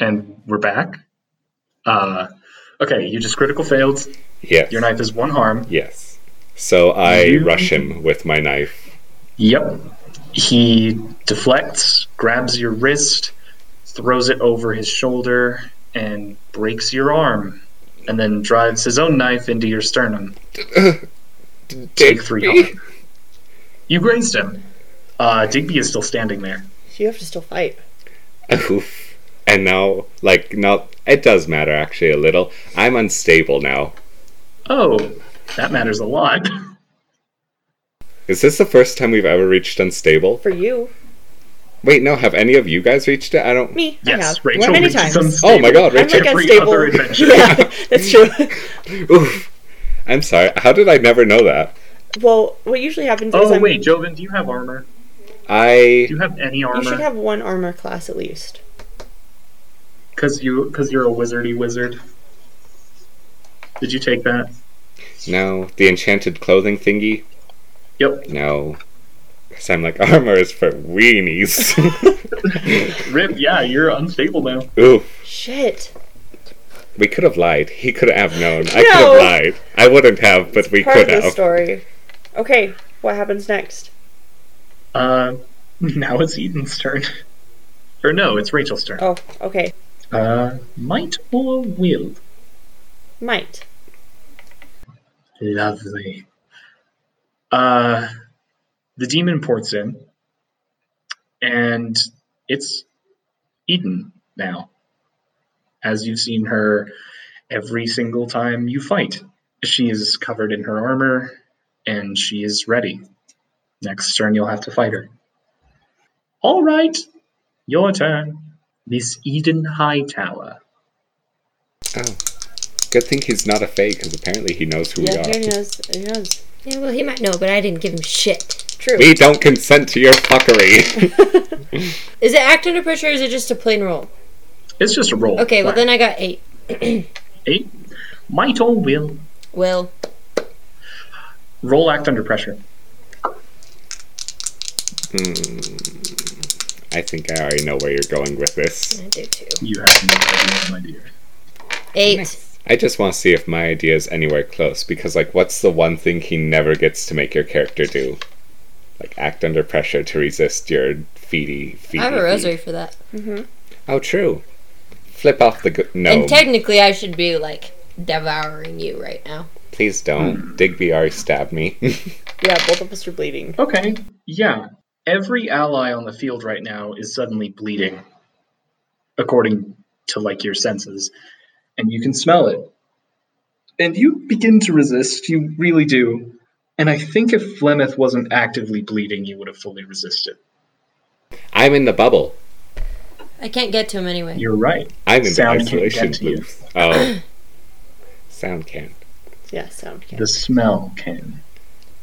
and we're back. Uh, okay, you just critical failed. Yes. Your knife is one harm. Yes. So I You- rush him with my knife. Yep. He deflects, grabs your wrist, throws it over his shoulder, and breaks your arm, and then drives his own knife into your sternum. Take three Digby? harm. You grazed him. Uh, Digby is still standing there. So you have to still fight. Oof. And now, like, now it does matter actually a little. I'm unstable now. Oh, that matters a lot. Is this the first time we've ever reached unstable? For you. Wait, no. Have any of you guys reached it? I don't. Me. I yes, have. Rachel Many reaches times. unstable Oh my god, at Rachel. I'm like every unstable. other adventure. yeah, that's true. Oof. I'm sorry. How did I never know that? well, what usually happens is Oh I'm, wait, Joven, do you have armor? I. Do you have any you should armor? have one armor class at least. Because you because you're a wizardy wizard. Did you take that? No. The enchanted clothing thingy? Yep. No. Because I'm like, armor is for weenies. Rip, yeah, you're unstable now. Oof. Shit. We could have lied. He could have known. I No. could have lied. I wouldn't have, but we Part of could the have. story. Okay, what happens next? Uh, now it's Eden's turn. Or no, it's Rachel's turn. Oh, okay. Uh, might or will? Might. Lovely. Uh, the demon ports in, and it's Eden now. As you've seen her every single time you fight, she is covered in her armor and she is ready. Next turn, you'll have to fight her. All right, your turn. Miss Eden Hightower. Oh. Good thing he's not a fake, because apparently he knows who Yeah, we he are. knows. He knows. Yeah, well, he might know, but I didn't give him shit. True. We don't consent to your fuckery. Is it act under pressure or is it just a plain roll? It's just a roll. Okay, well, Fine. then I got eight. Eight. Might or will. Will. Roll act under pressure. I think I already know where you're going with this. I do too. You have no idea, my dear. Eight. I just want to see if my idea is anywhere close because, like, what's the one thing he never gets to make your character do? Like, act under pressure to resist your feety, feety. I have feet. a rosary for that. Oh, true. Flip off the g- no. And technically, I should be, like, devouring you right now. Please don't. Digby already stabbed me. Yeah, both of us are bleeding. Okay, yeah. Every ally on the field right now is suddenly bleeding, according to like your senses, and you can smell it. And you begin to resist, you really do. And I think if Flemeth wasn't actively bleeding, you would have fully resisted. I'm in the bubble. I can't get to him anyway. You're right. I'm in Sound the can't get isolation to you. booth. Oh. Sound can. Yeah, sound can. The smell can.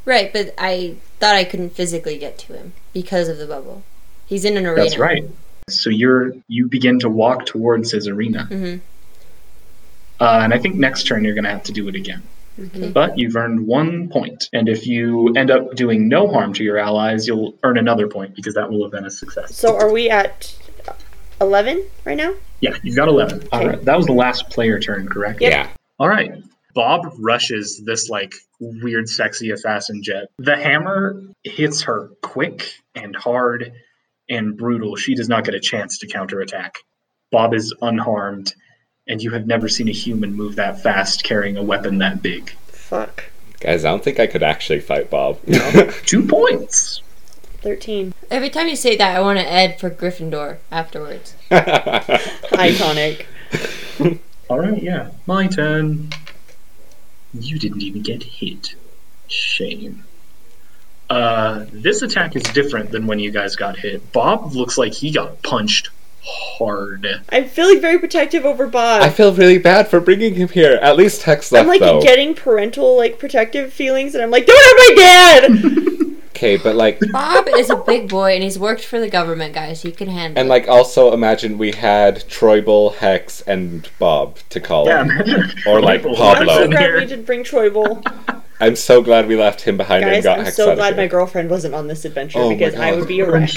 Right, but I thought I couldn't physically get to him because of the bubble. He's in an arena. That's right. So you're you begin to walk towards his arena. Mhm. Uh, and I think next turn you're going to have to do it again. But you've earned one point, and if you end up doing no harm to your allies, you'll earn another point because that will have been a success. So are we at eleven right now? yeah, you've got eleven. All right, that was the last player turn, correct? Yep. Yeah. All right. Bob rushes this like weird, sexy assassin jet. The hammer hits her quick and hard and brutal. She does not get a chance to counterattack. Bob is unharmed, and you have never seen a human move that fast carrying a weapon that big. Fuck. Guys, I don't think I could actually fight Bob. Two points. Thirteen. Every time you say that, I want to add for Gryffindor afterwards. Iconic. All right, yeah. My turn. You didn't even get hit. Shame. Uh, this attack is different than when you guys got hit. Bob looks like he got punched hard. I'm feeling very protective over Bob. I feel really bad for bringing him here. At least Hex left, I'm like though. getting parental like protective feelings, and I'm like, don't have my dad. okay, but, like, Bob is a big boy and he's worked for the government, guys. He can handle And it. like, also imagine we had Troible, Hex, and Bob to call. Yeah, him. imagine- Or like People I'm Pablo. so Hello. glad we did bring Troible, I'm so glad we left him behind and guys. got I'm Hex so out glad of here. my girlfriend wasn't on this adventure Oh my because I God. would be a wreck.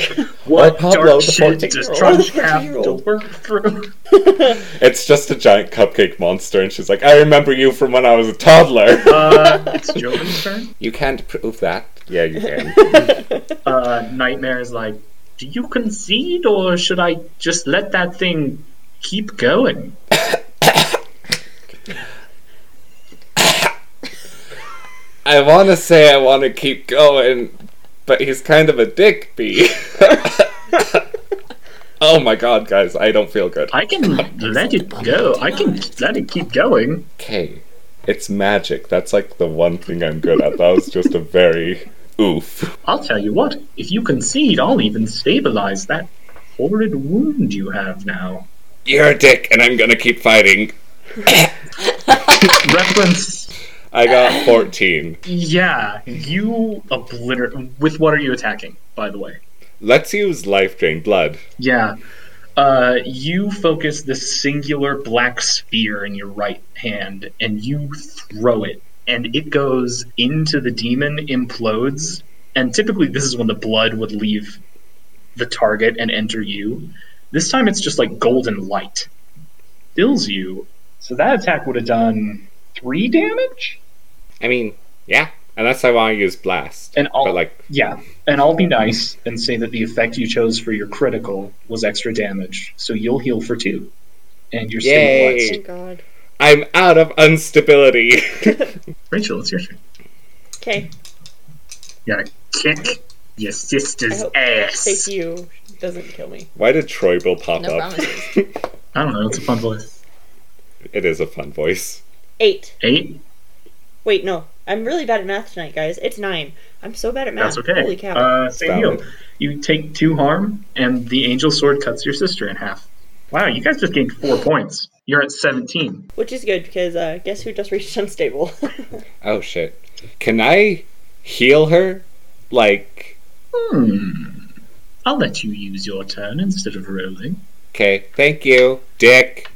What Pablo, dark the shit does 14-year-old. Trunch have to Oh, work through? It's just a giant cupcake monster, and she's like, I remember you from when I was a toddler. Uh, it's Joven's turn. you can't prove that. Yeah, you can. Uh, Nightmare is like, do you concede or should I just let that thing keep going? I want to say I want to keep going, but he's kind of a dick, B. oh my god, guys, I don't feel good. I can let it go. I can let it keep going. Okay, it's magic. That's like the one thing I'm good at. That was just a very oof. I'll tell you what, if you concede, I'll even stabilize that horrid wound you have now. You're a dick, and I'm gonna keep fighting. Reference. I got 14. Yeah, you obliterate. With what are you attacking, by the way? Let's use life drain blood. Yeah. Uh, you focus this singular black spear in your right hand and you throw it, and it goes into the demon, implodes, and typically this is when the blood would leave the target and enter you. This time it's just like golden light. Fills you. So that attack would have done three damage? I mean, yeah, unless I want to use blast. And all but like, Yeah, and I'll be nice and say that the effect you chose for your critical was extra damage, so you'll heal for two, and you're Yay. stabilized. Thank God. I'm out of instability. Rachel, it's your turn. Okay, You gotta kick your I sister's hope- ass. thank you. Doesn't kill me. Why did Troy Bill pop No up? promises. I don't know. It's a fun voice. It is a fun voice. Eight. Eight. Wait, no. I'm really bad at math tonight, guys. It's nine. I'm so bad at math. That's okay. Holy cow. Uh, same Valid. deal. You take two harm, and the angel sword cuts your sister in half. Wow, you guys just gained four points. You're at seventeen. Which is good because uh, guess who just reached unstable? Oh shit. Can I heal her? Like, Hmm. I'll let you use your turn instead of rolling. okay, thank you, dick.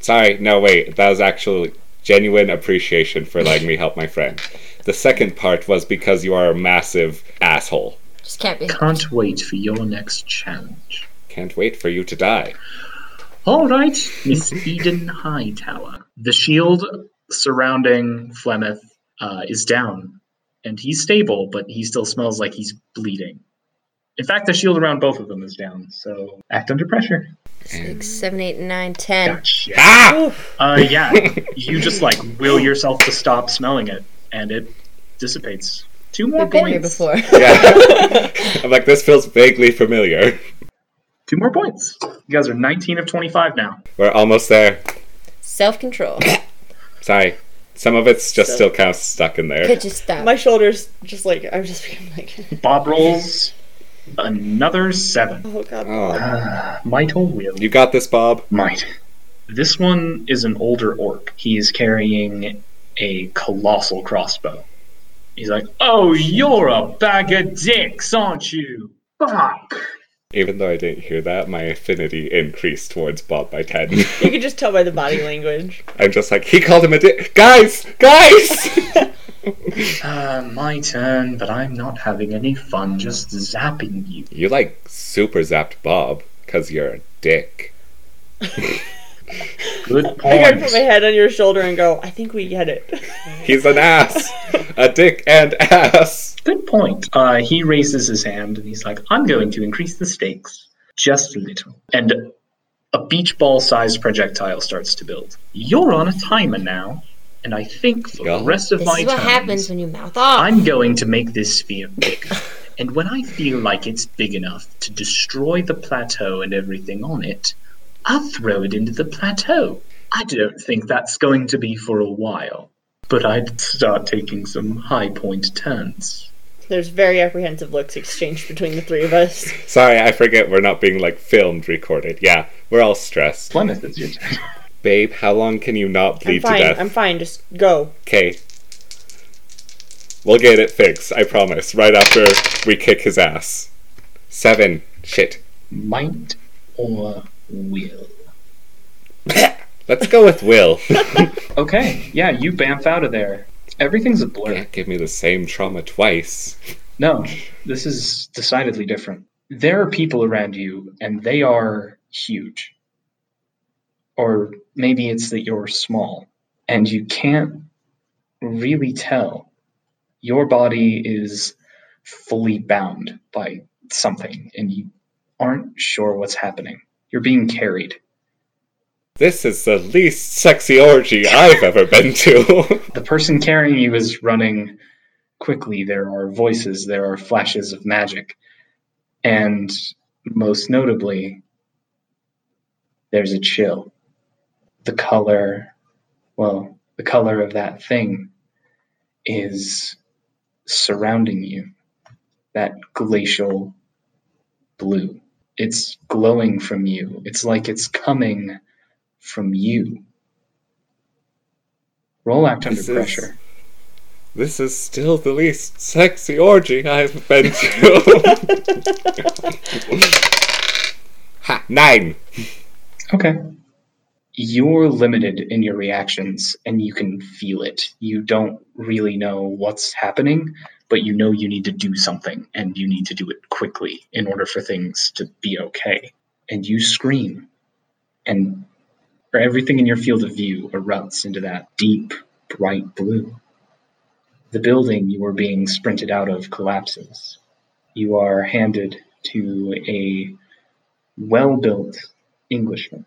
Sorry, no, wait, that was actually genuine appreciation for letting me help my friend. The second part was because you are a massive asshole. Just can't be. Can't wait for your next challenge. Can't wait for you to die. All right, Miss Eden Hightower. The shield surrounding Flemeth uh, is down, and he's stable, but he still smells like he's bleeding. In fact, the shield around both of them is down, so act under pressure. Six, seven, eight, nine, ten. Gotcha. Ah! Oof. Uh, yeah, you just like will yourself to stop smelling it, and it dissipates. Two more We've been here points. before. Yeah. I'm like, this feels vaguely familiar. Two more points. You guys are 19 of 25 now. We're almost there. Self control. Sorry. Some of it's just So- still kind of stuck in there. Could just stop. My shoulders just like I'm just being like Bob rolls another seven. oh god. Oh. Mightle will. You got this, Bob. Might. This one is an older orc. He is carrying a colossal crossbow. He's like, Oh, you're a bag of dicks, aren't you? Fuck. Even though I didn't hear that, my affinity increased towards Bob by 10. You can just tell by the body language. I'm just like, he called him a dick. Guys! Guys! Uh, my turn, but I'm not having any fun just zapping you. you like super zapped Bob because you're a dick. Good I gotta put my point. head on your shoulder and go, I think we get it. He's an ass! a dick and ass! Good point. Uh, he raises his hand and he's like, I'm going to increase the stakes just a little. And a beach ball sized projectile starts to build. You're on a timer now, and I think for Yeah. the rest of This my is what turns, happens when you mouth off. I'm going to make this sphere big. and when I feel like it's big enough to destroy the plateau and everything on it, I'll throw it into the plateau. I don't think that's going to be for a while, but I'd start taking some high point turns. There's very apprehensive looks exchanged between the three of us. Sorry, I forget we're not being like filmed, recorded. Yeah, we're all stressed. Plymouth is your turn. Babe, how long can you not I'm bleed to fine, death? I'm fine, just go. Okay. We'll get it fixed, I promise, right after we kick his ass. Seven. Shit. Might or will. Let's go with Will. Okay, yeah, you bamf out of there. Everything's a blur. Can't give me the same trauma twice. No, this is decidedly different. There are people around you, and they are huge. Or maybe it's that you're small and you can't really tell. Your body is fully bound by something and you aren't sure what's happening. You're being carried. This is the least sexy orgy I've ever been to. The person carrying you is running quickly. There are voices, there are flashes of magic. And most notably, there's a chill. The color, well, the color of that thing is surrounding you. That glacial blue. It's glowing from you. It's like it's coming from you. Roll act under This is- pressure. this is still the least sexy orgy I've been to. ha, nine. Okay. You're limited in your reactions and you can feel it. You don't really know what's happening, but you know you need to do something and you need to do it quickly in order for things to be okay. And you scream, and for everything in your field of view erupts into that deep, bright blue. The building you were being sprinted out of collapses. You are handed to a well built Englishman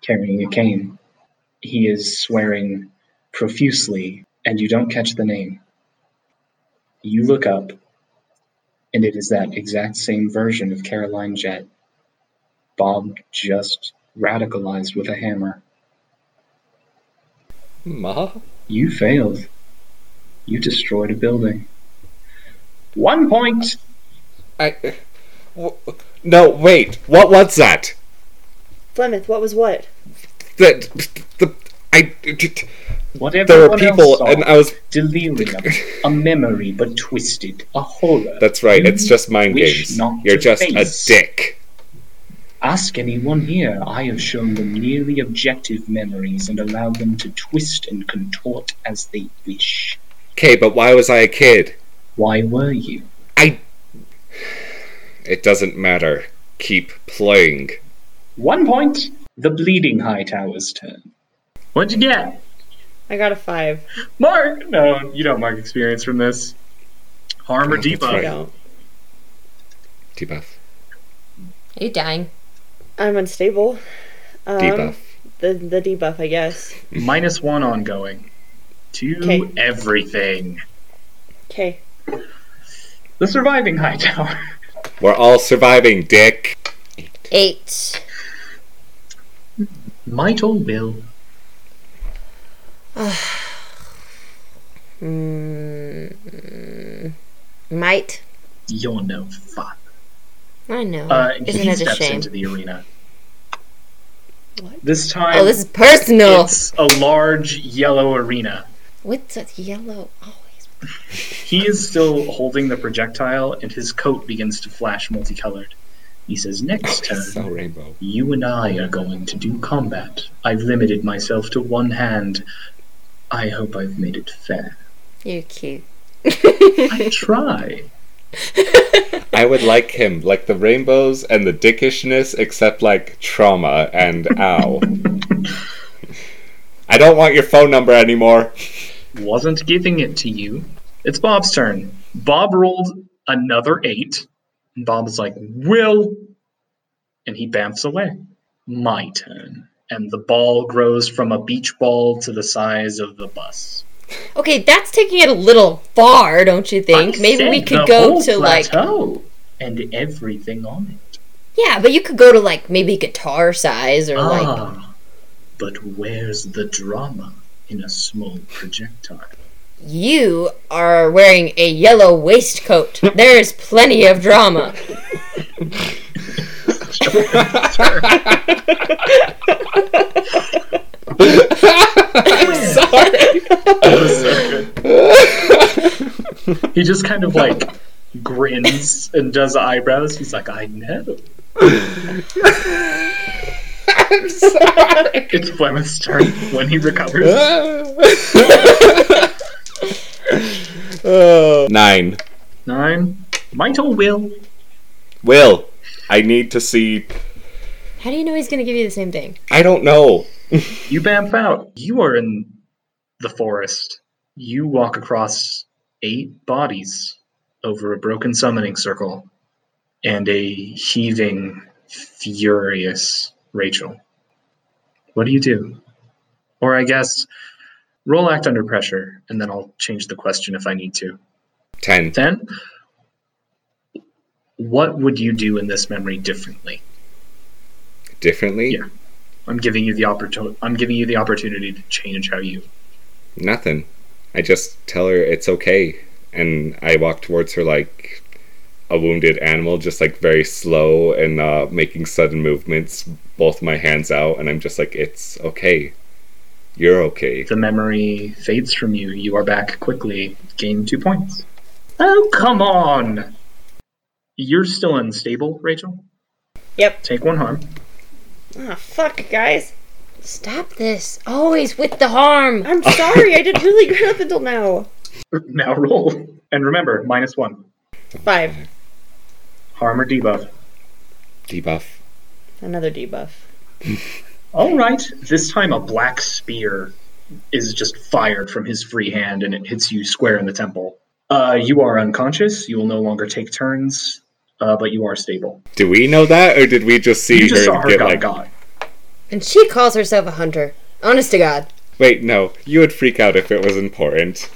carrying a cane. He is swearing profusely, and you don't catch the name. You look up, and it is that exact same version of Caroline Jett. Bob just radicalized with a hammer. Ma? You failed. You destroyed a building. One point! I. w- No, wait. What was that? Flemeth, what was what? That. The. I. What everyone There were else people, saw, and I was. delirium, a memory but twisted, a horror. That's right. It's just mind Wish games. not You're to just face. a dick. Ask anyone here. I have shown them nearly objective memories and allowed them to twist and contort as they wish. Okay, but why was I a kid? Why were you? It doesn't matter. Keep playing. One point. The bleeding high tower's turn. What'd you get? I got a five. Mark! No, you don't mark experience from this. Harm or That's I right. debuff. don't. Debuff. Are you dying? I'm unstable. Um, Debuff. The the debuff, I guess. Minus one ongoing. To 'Kay. everything. Okay. The surviving high tower. We're all surviving, dick. Eight. Might or will. Mm, might. You're no fuck. I know. Uh, Isn't he it a steps shame? into the arena. What? This time. Oh, this is personal. It's a large yellow arena. What's that yellow always? He is still holding the projectile, and his coat begins to flash multicolored. He says, Next So turn, rainbow. you and I are going to do combat. I've limited myself to one hand. I hope I've made it fair. You're cute. I try. I would like him, like the rainbows and the dickishness, except like trauma and ow. I don't want your phone number anymore. Wasn't giving it to you. It's Bob's turn. Bob rolled another eight, and Bob is like, Will! And he bamfs away. My turn. And the ball grows from a beach ball to the size of the bus. Okay, that's taking it a little far, don't you think? I Maybe said we the could go whole to like plateau and everything on it. yeah, but you could go to like maybe guitar size or Oh, like ah, but where's the drama in a small projectile? you are wearing a yellow waistcoat. there is plenty of drama. He just kind of like grins and does eyebrows. He's like, I know. It's Flemeth's turn when he recovers. Nine. Nine. Might or will. Will, I need to see How do you know he's going to give you the same thing? I don't know. You bamf out. You are in the forest. You walk across eight bodies over a broken summoning circle and a heaving, furious Rachel. What do you do? Or I guess roll act under pressure, and then I'll change the question if I need to. Ten. Then, what would you do in this memory differently? Differently? Yeah. I'm giving you the opportunity. I'm giving you the opportunity to change how you. Nothing. I just tell her it's okay. And I walk towards her like a wounded animal, just like very slow and uh, making sudden movements, both my hands out. And I'm just like, it's okay. You're okay. The memory fades from you. You are back quickly. Gain two points. Oh come on! You're still unstable, Rachel. Yep. Take one harm. Ah, fuck, guys. Stop this. Always with the harm. I'm sorry. I did really good up until now. Now roll. And remember, minus one. Five. Harm or debuff. Debuff. Another debuff. All right. This time, a black spear is just fired from his free hand, and it hits you square in the temple. Uh, you are unconscious. You will no longer take turns, uh, but you are stable. Do we know that, or did we just see You just her, saw her get got like? got. And she calls herself a hunter. Honest to God. Wait, no. You would freak out if it was important,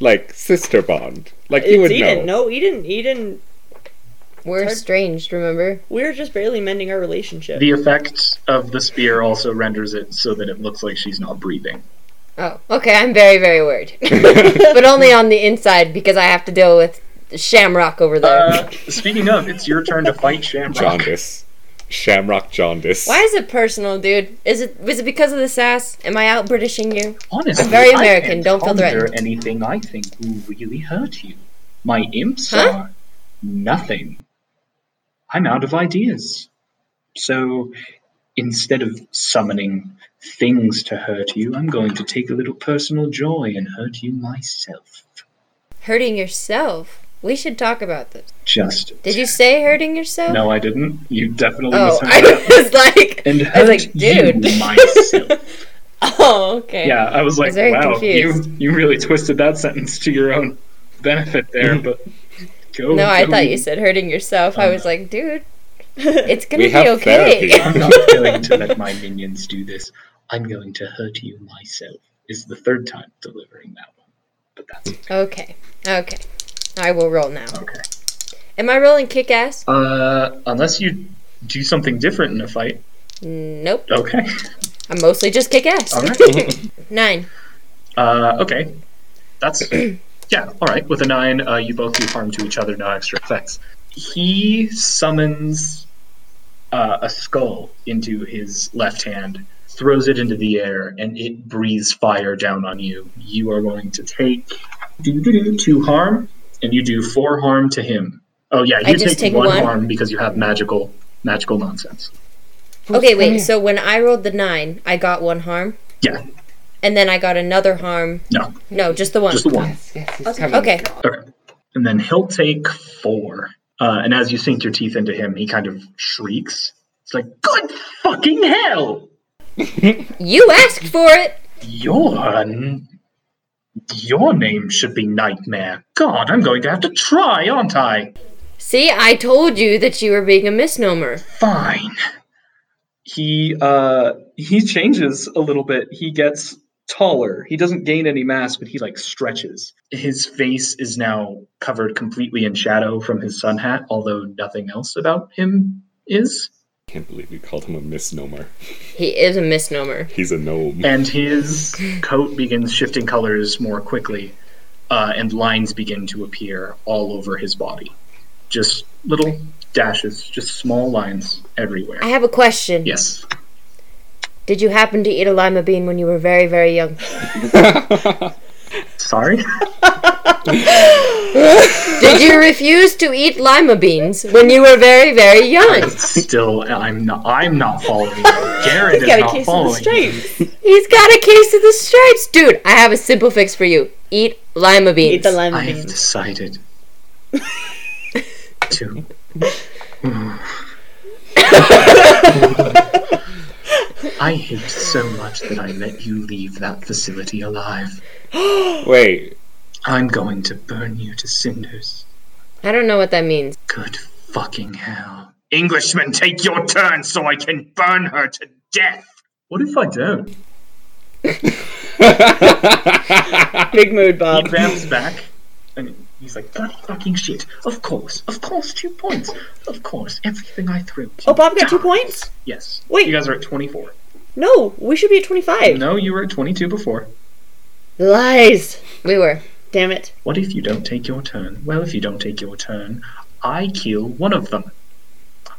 like sister bond. Like you would it's Eden. know. No, Eden. Eden. We're Hard- estranged, remember? We're just barely mending our relationship. The effect of the spear also renders it so that it looks like she's not breathing. Oh, okay. I'm very, very worried. but only on the inside because I have to deal with Shamrock over there. Uh, speaking of, it's your turn to fight Shamrock. Jaundice. Shamrock jaundice. Why is it personal, dude? Is it was it because of the sass? Am I out Britishing you? Honestly, I'm very I American, can't don't feel ponder threatened. anything I think will really hurt you. My imps Huh? are nothing. I'm out of ideas. So instead of summoning things to hurt you, I'm going to take a little personal joy and hurt you myself. Hurting yourself? We should talk about this. Just Did you say hurting yourself? no, I didn't. You definitely Oh, misheard I that. was like, And I hurt was like, dude. you myself. oh, okay. Yeah, I was like, was very wow, confused. you you really twisted that sentence to your own benefit there, but go. No, I go. thought you said hurting yourself. Oh, I was like, dude, it's gonna We be have okay. therapy. I'm not going to let my minions do this. I'm going to hurt you myself. Is the third time delivering that one, but that's okay, okay. I will roll now. okay. Am I rolling kick ass? Uh, unless you do something different in a fight. Nope. Okay. I'm mostly just kick ass. All right. Nine. Uh, okay. That's yeah. All right. With a nine, uh, you both do harm to each other, no extra effects. He summons uh, a skull into his left hand, throws it into the air, and it breathes fire down on you. You are going to take doo-doo-doo, two harm, and you do four harm to him. Oh yeah, I you just take, take one, one? harm because you have magical magical nonsense. Okay, wait. So when I rolled the nine, I got one harm, Yeah. and then I got another harm. No, No, just the one. just the one. Okay. Okay. And then he'll take four. Uh, and as you sink your teeth into him, he kind of shrieks. It's like, good fucking hell! You asked for it. Your, n- your name should be Nightmare. God, I'm going to have to try, aren't I? See, I told you that you were being a misnomer. Fine. He uh he changes a little bit. He gets taller. He doesn't gain any mass, but he like stretches. His face is now covered completely in shadow from his sun hat, although nothing else about him is. can't believe you called him a misnomer. He is a misnomer. He's a gnome. and his coat begins shifting colors more quickly, uh, and lines begin to appear all over his body. Just little dashes, just small lines everywhere. I have a question. Yes. Did you happen to eat a lima bean when you were very, very young? Sorry? Did you refuse to eat lima beans when you were very, very young? Still, I'm not. I'm not following. you. Garrett is Got not a case of the following. you. stripes. He's got a case of the stripes, dude. I have a simple fix for you. Eat lima beans. Eat the lima I have beans. decided to I hate so much that I let you leave that facility alive. Wait, I'm going to burn you to cinders. I don't know what that means. Good fucking hell. Englishman, take your turn so I can burn her to death! What if I don't? Big mood, He Bob. grabs back and he's like, that fucking shit. Of course, of course, two points. Of course, everything I threw. Oh, Bob got two points? Yes. Wait. You guys are at 24. No, we should be at 25. No, you were at 22 before. Lies. We were. Damn it. What if you don't take your turn? Well, if you don't take your turn, I kill one of them.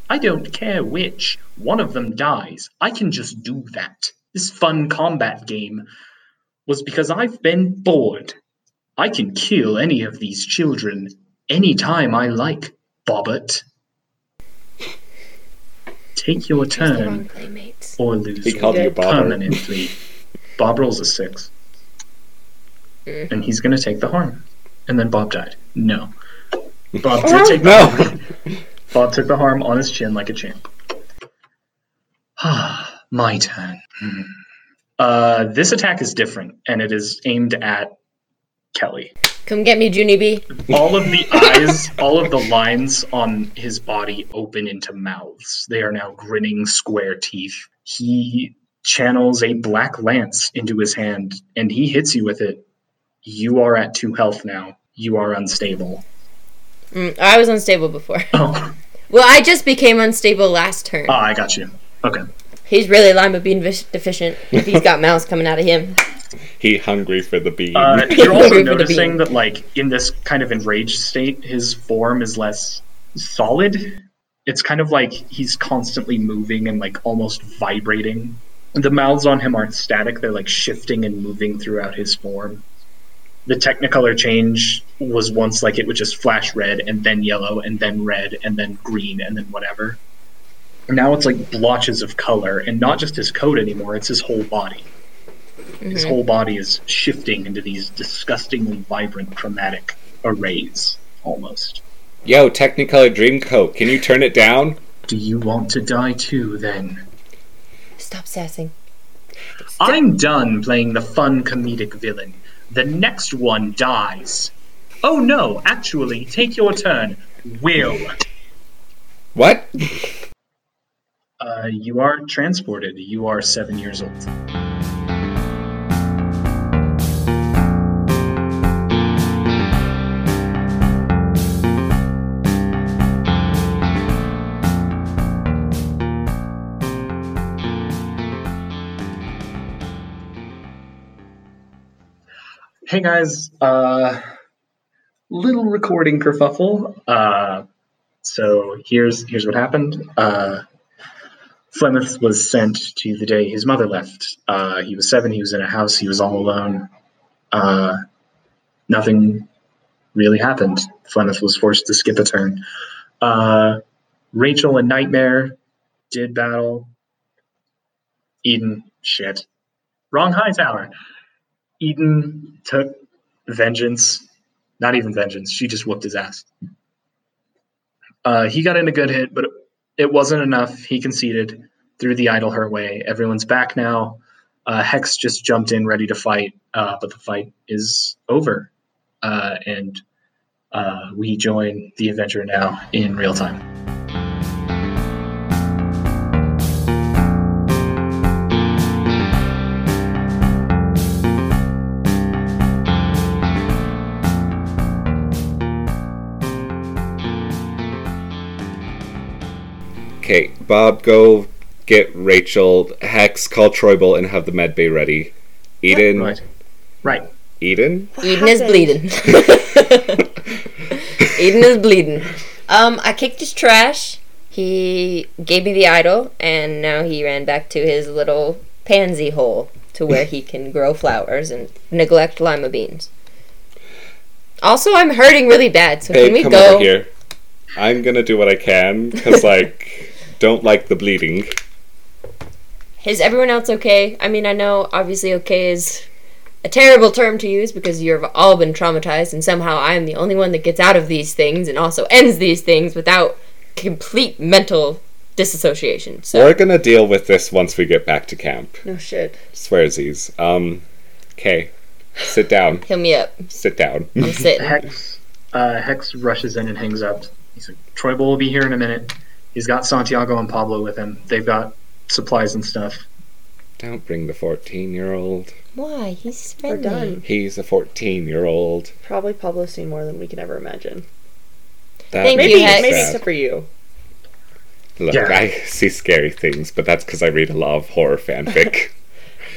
I don't care which. One of them dies. I can just do that. This fun combat game was because I've been bored. I can kill any of these children anytime I like, Bobbert. Take your turn playmates. or lose he called you Bob. permanently. Bob rolls a six. Mm. And he's going to take the harm. And then Bob died. No. Bob did Oh, take the no. harm. Bob took the harm on his chin like a champ. Ah, My turn. Hmm. Uh, this attack is different, and it is aimed at Kelly. Come get me, Junie B. All of the eyes, all of the lines on his body open into mouths. They are now grinning square teeth. He channels a black lance into his hand and he hits you with it. You are at two health now. You are unstable. Mm, I was unstable before. Oh, Well, I just became unstable last turn. ah, I got you. Okay. He's really lima bean vis- deficient. If he's got mouths coming out of him. He hungry for the bean. Uh, you're also Moving the noticing beam. that, like, in this kind of enraged state, his form is less solid. It's kind of like he's constantly moving and, like, almost vibrating. The mouths on him aren't static, they're, like, shifting and moving throughout his form. The Technicolor change was once like it would just flash red and then yellow and then red and then green and then whatever. Now it's like blotches of color, and not just his coat anymore, it's his whole body. His whole body is shifting into these disgustingly vibrant chromatic arrays, almost. Yo, Technicolor Dreamcoat, can you turn it down? Do you want to die too, then? Stop sassing. I'm done playing the fun comedic villain. The next one dies. Oh no, actually, take your turn. Will. What? Uh, you are transported. You are seven years old. Hey guys, uh, little recording kerfuffle. Uh, so here's here's what happened. Uh, Flemeth was sent to the day his mother left. Uh, he was seven. He was in a house. He was all alone. Uh, nothing really happened. Flemeth was forced to skip a turn. Uh, Rachel and Nightmare did battle. Eden, shit. Wrong high tower. Eden took vengeance. Not even vengeance. She just whooped his ass. Uh, he got in a good hit, but it wasn't enough. He conceded, threw the idol her way. Everyone's back now. Uh, Hex just jumped in ready to fight, uh, but the fight is over. Uh, and uh, we join the adventure now in real time. Okay, Bob, go get Rachel, Hex, call Troible, and have the med bay ready. Eden, Right. Right. Eden, What Eden is happened? bleeding. Eden is bleeding. Um, I kicked his trash. He gave me the idol, and now he ran back to his little pansy hole to where he can grow flowers and neglect lima beans. Also, I'm hurting really bad, so hey, can we come go? over here. I'm gonna do what I can because, like, don't like the bleeding. Is everyone else okay? I mean, I know obviously okay is a terrible term to use because you've all been traumatized, and somehow I'm the only one that gets out of these things and also ends these things without complete mental disassociation. So We're gonna deal with this once we get back to camp. No shit. Swearsies. Um, okay. Sit down. heal me up. Sit down. I'm sitting. Hex uh, Hex rushes in and hangs up. He's like, Troy Bull will be here in a minute. He's got Santiago and Pablo with him. They've got supplies and stuff. Don't bring the 14 year old. Why? He's We're friendly. done. He's a 14 year old. Probably Pablo's seen more than we can ever imagine. That Thank makes you, Maybe, me Hex. maybe sad. except for you. Look, Yeah. I see scary things, but that's because I read a lot of horror fanfic.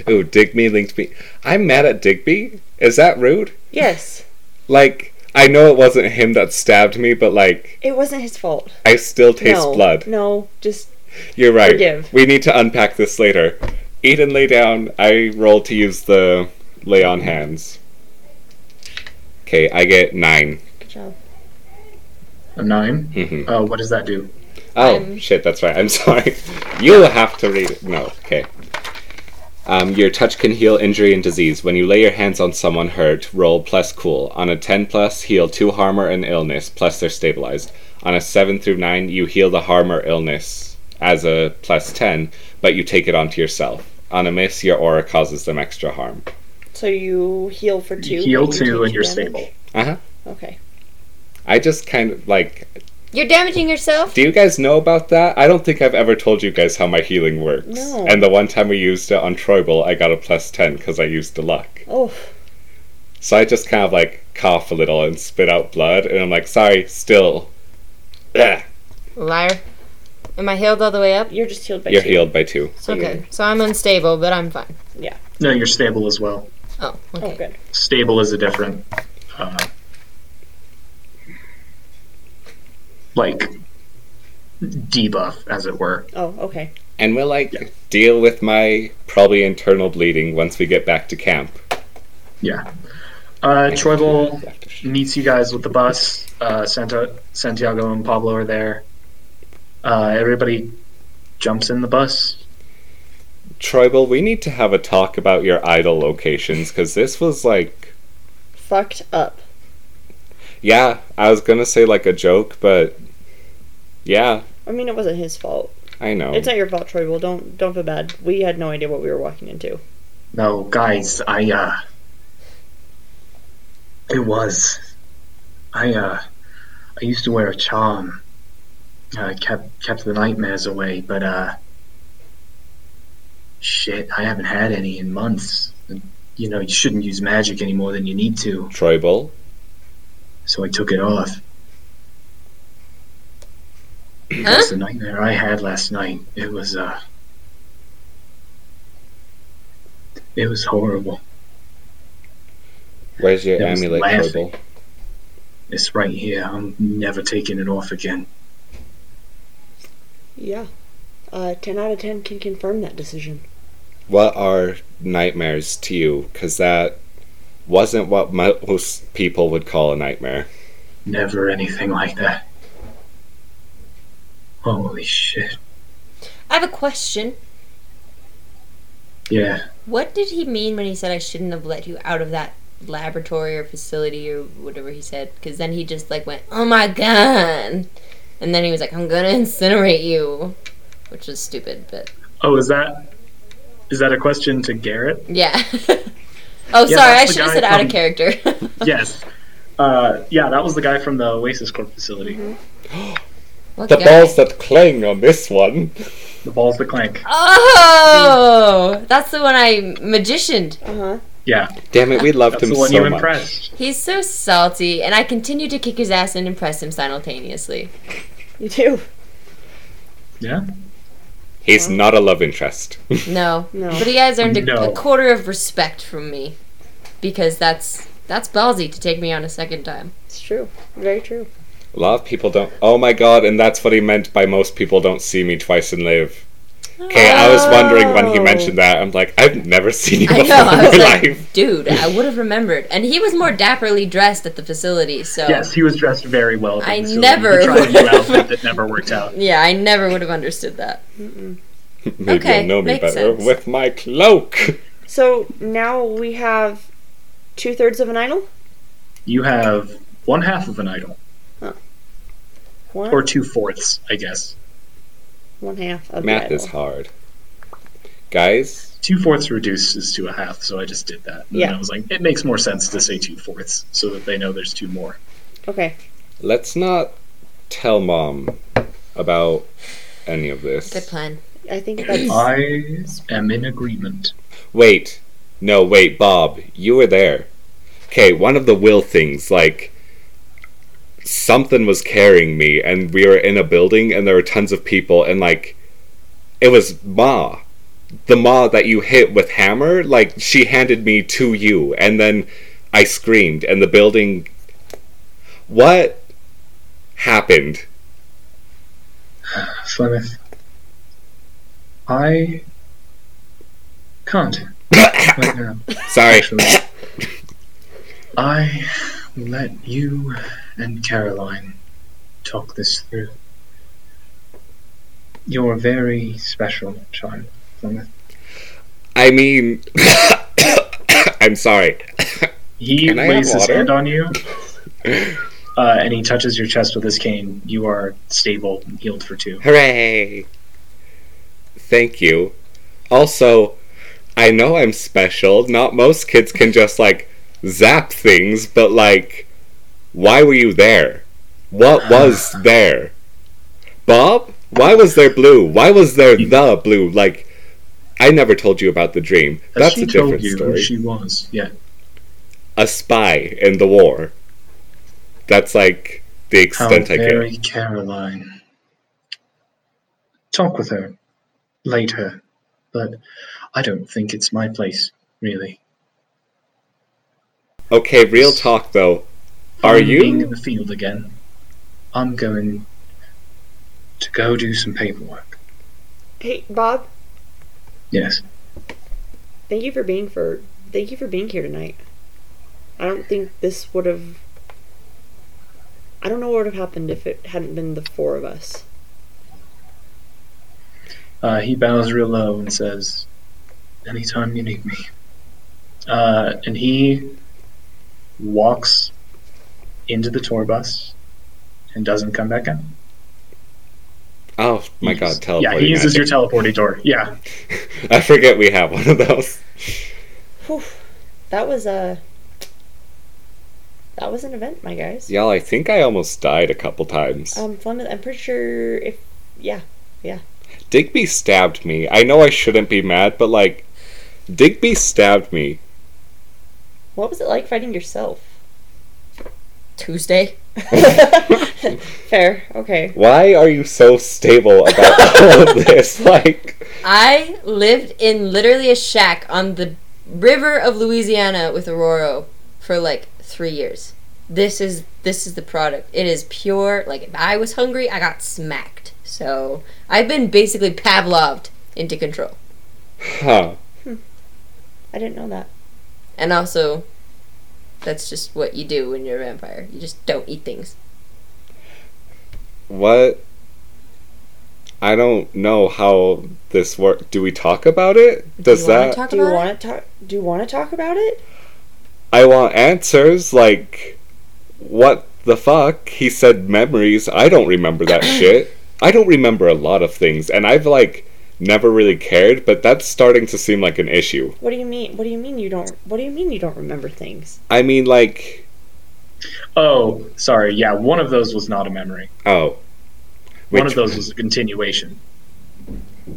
Ooh, Digby linked me. I'm mad at Digby. Is that rude? Yes. Like, I know it wasn't him that stabbed me, but like, It wasn't his fault. I still taste no. blood. No, just You're right. Forgive. We need to unpack this later. Eat and lay down. I roll to use the lay on hands. Okay, I get nine. good job. A 9 Mhm. Uh, what does that do? Oh I'm- shit, that's right. I'm sorry. You'll have to read it. No, okay. Um, your touch can heal injury and disease. When you lay your hands on someone hurt, roll plus cool. On a 10 plus, heal 2 harm or an illness, plus they're stabilized. On a 7 through 9, you heal the harm or illness as a plus 10, but you take it onto yourself. On a miss, your aura causes them extra harm. So you heal for two. You heal but two take and you're damage? stable. Uh huh. Okay. I just kind of like. You're damaging yourself. Do you guys know about that? I don't think I've ever told you guys how my healing works. No. And the one time we used it on Troible, I got a plus 10 because I used the luck. Oh, So I just kind of like cough a little and spit out blood, and I'm like, sorry, still. Ah, Ugh. Liar. Am I healed all the way up? you're just healed by You're two. healed by two. Okay. So I'm unstable, but I'm fine. No, you're stable as well. Oh, Oh, okay. good. Stable is a different, uh, like, debuff, as it were. Oh, okay. And we'll like deal with my probably internal bleeding once we get back to camp. Yeah. Uh, Troy Bull After sh- meets you guys with the bus. Uh, Santa, Santiago and Pablo are there. Uh, everybody jumps in the bus. Troible, we need to have a talk about your idol locations because this was like Fucked up. Yeah, I was gonna say like a joke, but yeah, I mean, it wasn't his fault. I know. It's not your fault, Troy. Well, don't don't feel bad. We had no idea what we were walking into. No, guys, I, uh. It was. I, uh. I used to wear a charm. Uh, kept, kept the nightmares away, but, uh. Shit, I haven't had any in months. You know, you shouldn't use magic any more than you need to, Troible. so I took it off. That's the nightmare I had last night. It was, uh. It was horrible. Where's your It was amulet, laughing. Troible? It's right here. I'm never taking it off again. Yeah. Uh, ten out of ten can confirm that decision. What are nightmares to you? Because that wasn't what mo- most people would call a nightmare. Never anything like that. Holy shit. I have a question. Yeah. What did he mean when he said I shouldn't have let you out of that laboratory or facility or whatever he said? Because then he just like went, "Oh my god," and then he was like, "I'm gonna incinerate you," which was stupid, but Oh, is that is that a question to Garrett? yeah. oh, Yeah, sorry, I that's the should have guy said out of from- character. yes. Uh, yeah, that was the guy from the Oasis Corp facility. Mm-hmm. What The guy? balls that clang on this one. The balls the clank. Oh, that's the one I magicianed. Uh huh. Yeah, Damn it, we loved that's him the one so you much. impressed. He's so salty, and I continue to kick his ass and impress him simultaneously. You too. Yeah. He's Uh-huh. not a love interest. No, No. but he has earned a, No. a quarter of respect from me because that's that's ballsy to take me on a second time. It's true. Very true. a lot of people don't. Oh my god, and that's what he meant by most people don't see me twice and live. Okay, I was wondering when he Oh. mentioned that. I'm like, I've never seen you I before know. I in was my like, life. dude, I would have remembered. And he was more dapperly dressed at the facility, so Yes, he was dressed very well. at the Oh. I facility. never He tried a new would've- outfit that never worked out. yeah, I never would have understood that. Maybe Okay, you'll know me makes better sense. with my cloak. So now we have two thirds of an idol. You have one half of an idol, One. or two fourths, I guess. One half of Math the is idol. hard. Guys, Two fourths reduces to a half, so I just did that. And Yeah. I was like, it makes more sense to say two fourths so that they know there's two more. Okay. let's not tell mom about any of Good this. plan. I think that's. I am in agreement. Wait. No, wait, Bob, you were there. Okay, one of the will things, like something was carrying me and we were in a building and there were tons of people and like it was Ma. The Ma that you hit with hammer, like she handed me to you and then I screamed and the building What happened? Flemeth, I can't right now. Sorry. Actually, I will let you and Caroline talk this through. You're a very special child. Flemeth. I mean I'm sorry. He Can I have lays his water? hand on you, uh, and he touches your chest with his cane. You are stable and healed for two. Hooray! Thank you. Also, I know I'm special. Not most kids can just, like, zap things, but, like, why were you there? What was there? Bob? Why was there blue? Why was there the blue? Like, I never told you about the dream. Has That's she a different told you story. who she was? Yeah. A spy in the war. That's, like, the How extent I very can. Caroline. Talk with her later, but I don't think it's my place, really. Okay, real talk, though. Are I'm being you? in the field again? I'm going to go do some paperwork. Hey, Bob. Yes. Thank you for being for. Thank you for being here tonight. I don't think this would have. I don't know what would have happened if it hadn't been the four of us. Uh, he bows real low and says, "Anytime you need me." Uh, and he walks into the tour bus and doesn't come back in. Oh my god, teleport. Yeah, he uses your teleporting door. Yeah, I forget we have one of those. Whew. That was a. That was an event, my guys. Y'all, I think I almost died a couple times. Um, Flemeth, I'm pretty sure if yeah, Digby stabbed me. I know I shouldn't be mad, but like, Digby stabbed me. what was it like fighting yourself? Tuesday. Fair. Okay. Why are you so stable about all of this? Like, I lived in literally a shack on the river of Louisiana with Aurora for like three years. This is this is the product. It is pure. Like if I was hungry, I got smacked. So I've been basically Pavloved into control. huh. I didn't know that. And also, that's just what you do when you're a vampire. You just don't eat things. What? I don't know how this work. Do we talk about it? Does you wanna that. talk Do you about it? want to talk? Do you want to talk about it? I want answers. Like, what the fuck? He said memories. I don't remember that shit. I don't remember a lot of things, and I've like never really cared. But that's starting to seem like an issue. What do you mean? What do you mean you don't? What do you mean you don't remember things? I mean, like, Oh, sorry. Yeah, one of those was not a memory. oh, one of those was a continuation.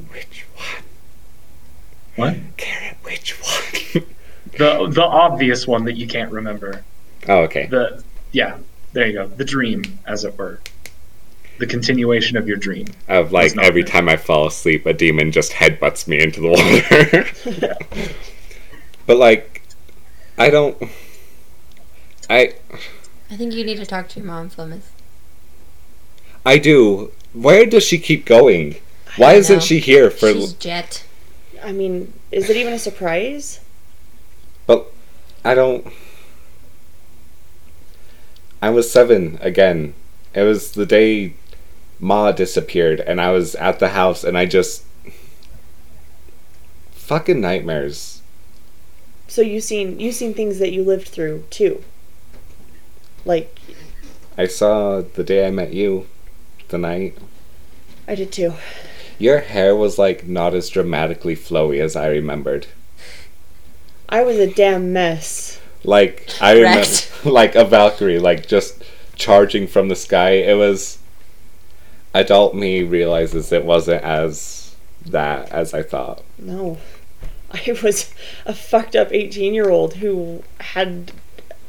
Which one? What? Carrot. Which one? The the obvious one that you can't remember. oh, okay. The yeah, there you go. The dream, as it were. The continuation of your dream. Of like It's not every there. time I fall asleep, a demon just headbutts me into the water. but like, I don't. I I think you need to talk to your mom, Flemeth. I do. Where does she keep going? Why don't isn't know. she here for? She's Jet. I mean, is it even a surprise? But I don't. I was seven again. It was the day Ma disappeared, and I was at the house, and I just fucking nightmares. So you seen you seen things that you lived through too. Like I saw the day I met you, the night. I did too. Your hair was like not as dramatically flowy as I remembered. I was a damn mess. Like I remember, Correct. like a Valkyrie, like just charging from the sky. It was adult me realizes it wasn't as that as I thought. No. I was a fucked up 18 year old who had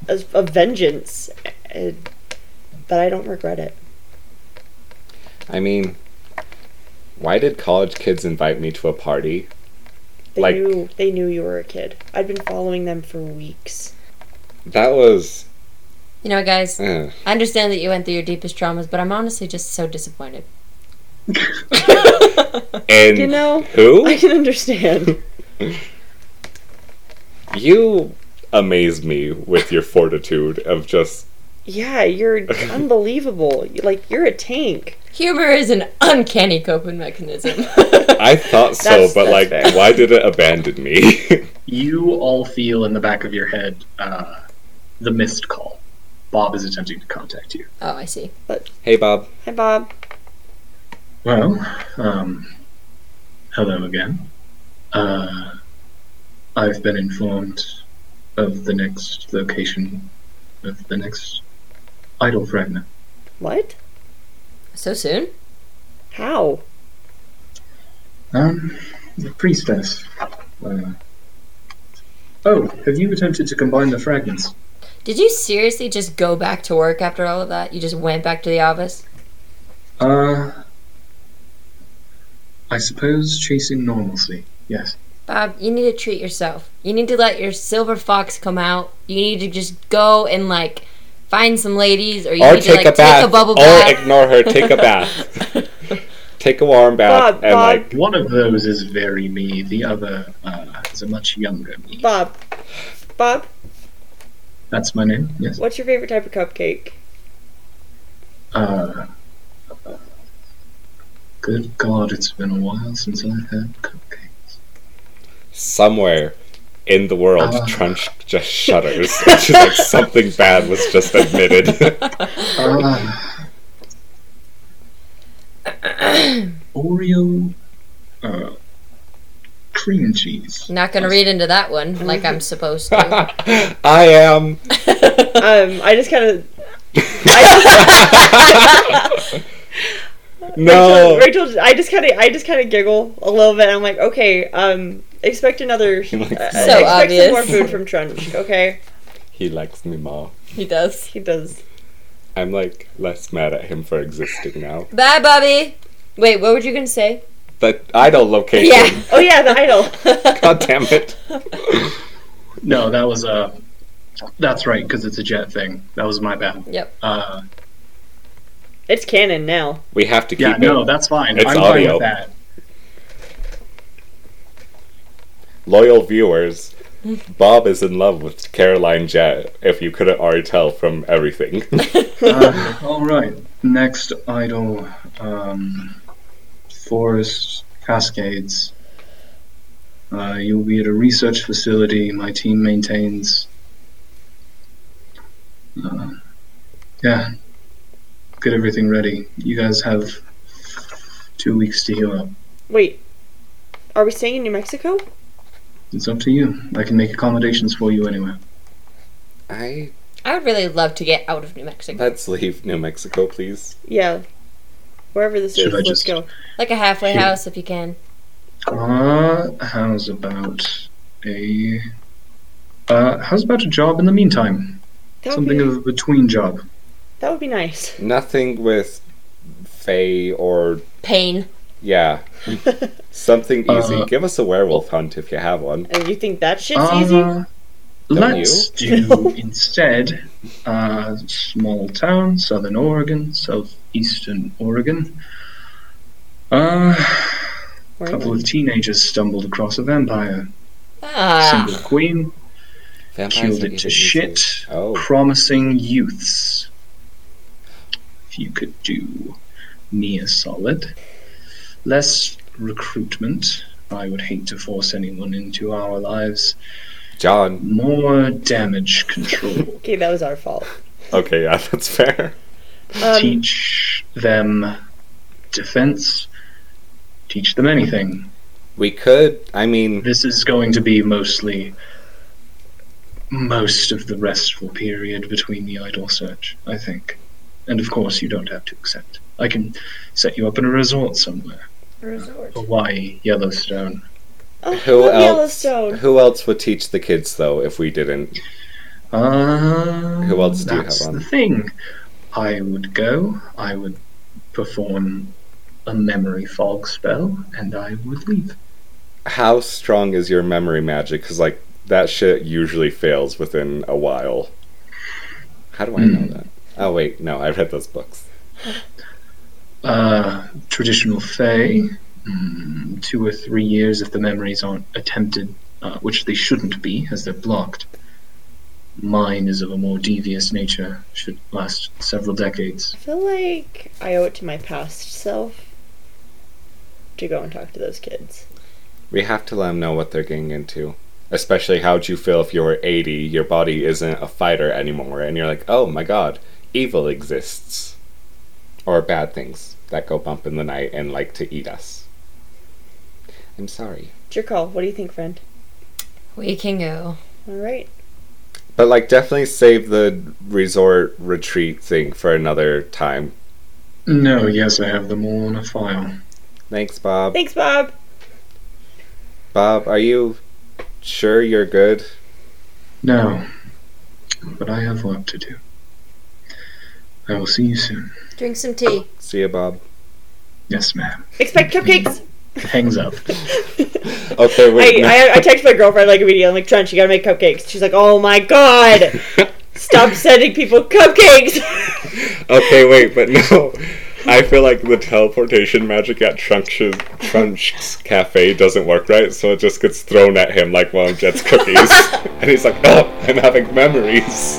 a, a vengeance. and- but I don't regret it. I mean, why did college kids invite me to a party? They Like- knew they knew you were a kid. I'd been following them for weeks. That was You know, guys, eh. I understand that you went through your deepest traumas, but I'm honestly just so disappointed. and You know, who I can understand. you amaze me with your fortitude of just yeah, you're unbelievable. You- Like you're a tank. Humor is an uncanny coping mechanism. I thought so, That's- but that's like, fair. why did it abandon me? You all feel in the back of your head uh, the missed call. Bob is attempting to contact you. oh, I see. hey, Bob. Hi, Bob. Well, um, hello again. Uh, I've been informed of the next location of the next idol fragment. What? So soon? How? Um, the priestess. Uh, oh, have you attempted to combine the fragments? Did you seriously just go back to work after all of that? You just went back to the office? Uh, I suppose chasing normalcy. Yes. Bob, you need to treat yourself. You need to let your silver fox come out. You need to just go and like find some ladies, or you Or need to take like a bath. take a bubble or bath. ignore her. Take a bath. take a warm bath Bob, and Bob. like One of those is very me. The other uh, is a much younger me. Bob. Bob, That's my name. Yes. what's your favorite type of cupcake? Uh, good God, it's been a while since I had cupcake. somewhere in the world, Uh. Trunch just shudders. She's like something bad was just admitted. Uh, Oreo uh, cream cheese. Not gonna read into that one like I'm supposed to. I am. Um, I just kind of No. Rachel. I just kind of I just kind of giggle a little bit. I'm like, okay. Um, expect another. He likes, uh, So expect obvious. some more food from Trunch. Okay, he likes me more. he does. he does. I'm like less mad at him for existing now. Bye, Bobby. Wait, what were you gonna say? The idol location. Yeah. Oh yeah, the idol. God damn it. No, that was Uh, that's right, because it's a jet thing. That was my bad. Yep. Uh, It's canon now. We have to keep yeah, it no, that's fine. It's I'm fine audio. with that. loyal viewers. Bob is in love with Caroline Jett, if you couldn't already tell from everything. Uh, all right. Next idol, um, Forest Cascades. Uh, you'll be at a research facility my team maintains. Uh, yeah. Get everything ready. You guys have two weeks to heal up. Wait, are we staying in New Mexico? It's up to you. I can make accommodations for you anywhere. I I would really love to get out of New Mexico, let's leave New Mexico, please. Yeah, wherever this Should is, I let's just- go. like a halfway Shoot. house if you can. Uh, how's about a uh, how's about a job in the meantime? That would, Something be, of a between job. that would be nice. Nothing with Faye or Pain. yeah. Hmm. Something easy. Uh, Give us a werewolf hunt if you have one. And you think that shit's easy? Uh, let's do instead uh, small town, southern Oregon, southeastern Oregon. Uh, a We're in couple of teenagers stumbled across a vampire. Ah. Single queen Vampires killed are it easy. to shit, Oh. promising youths. If you could do me a solid, less recruitment. I would hate to force anyone into our lives. John. More damage control. Okay, that was our fault. Okay, yeah, that's fair. Um, teach them defense. teach them anything. We could. I mean, This is going to be mostly most of the restful period between the idol search, I think. And of course, you don't have to accept. I can set you up in a resort somewhere. A resort. Hawaii, Yellowstone. Oh, who love else? Yellowstone. Who else would teach the kids though if we didn't? Uh, Who else do you have that's on? the thing. I would go, I would perform a memory fog spell, and I would leave. How strong is your memory magic? Because like that shit usually fails within a while. How do I Hmm. know that? Oh wait, no, I read those books. Uh, traditional Fae, mm, two or three years if the memories aren't attempted, uh, which they shouldn't be, as they're blocked. Mine is of a more devious nature, should last several decades. I feel like I owe it to my past self to go and talk to those kids. We have to let them know what they're getting into. Especially how'd you feel if you were 80, your body isn't a fighter anymore, and you're like, oh my god, evil exists. Or bad things that go bump in the night and like to eat us. I'm sorry. It's your call. What do you think, friend? We can go. All right. But like, definitely save the resort retreat thing for another time. No, yes, I have them all on a file. Thanks, Bob. Thanks, Bob. Bob, are you sure you're good? No, but I have work to do. I will see you soon. Drink some tea. See ya, Bob. Yes, ma'am. Expect cupcakes. Hangs up. Okay, I, wait. no. I, I text my girlfriend like immediately. I'm like, Trent, you gotta make cupcakes. She's like, oh my god, stop sending people cupcakes. Okay, wait, but no. I feel like the teleportation magic at Trunch's, Trunch's cafe doesn't work right, so it just gets thrown at him like one of Jet's cookies. and he's like, oh, I'm having memories.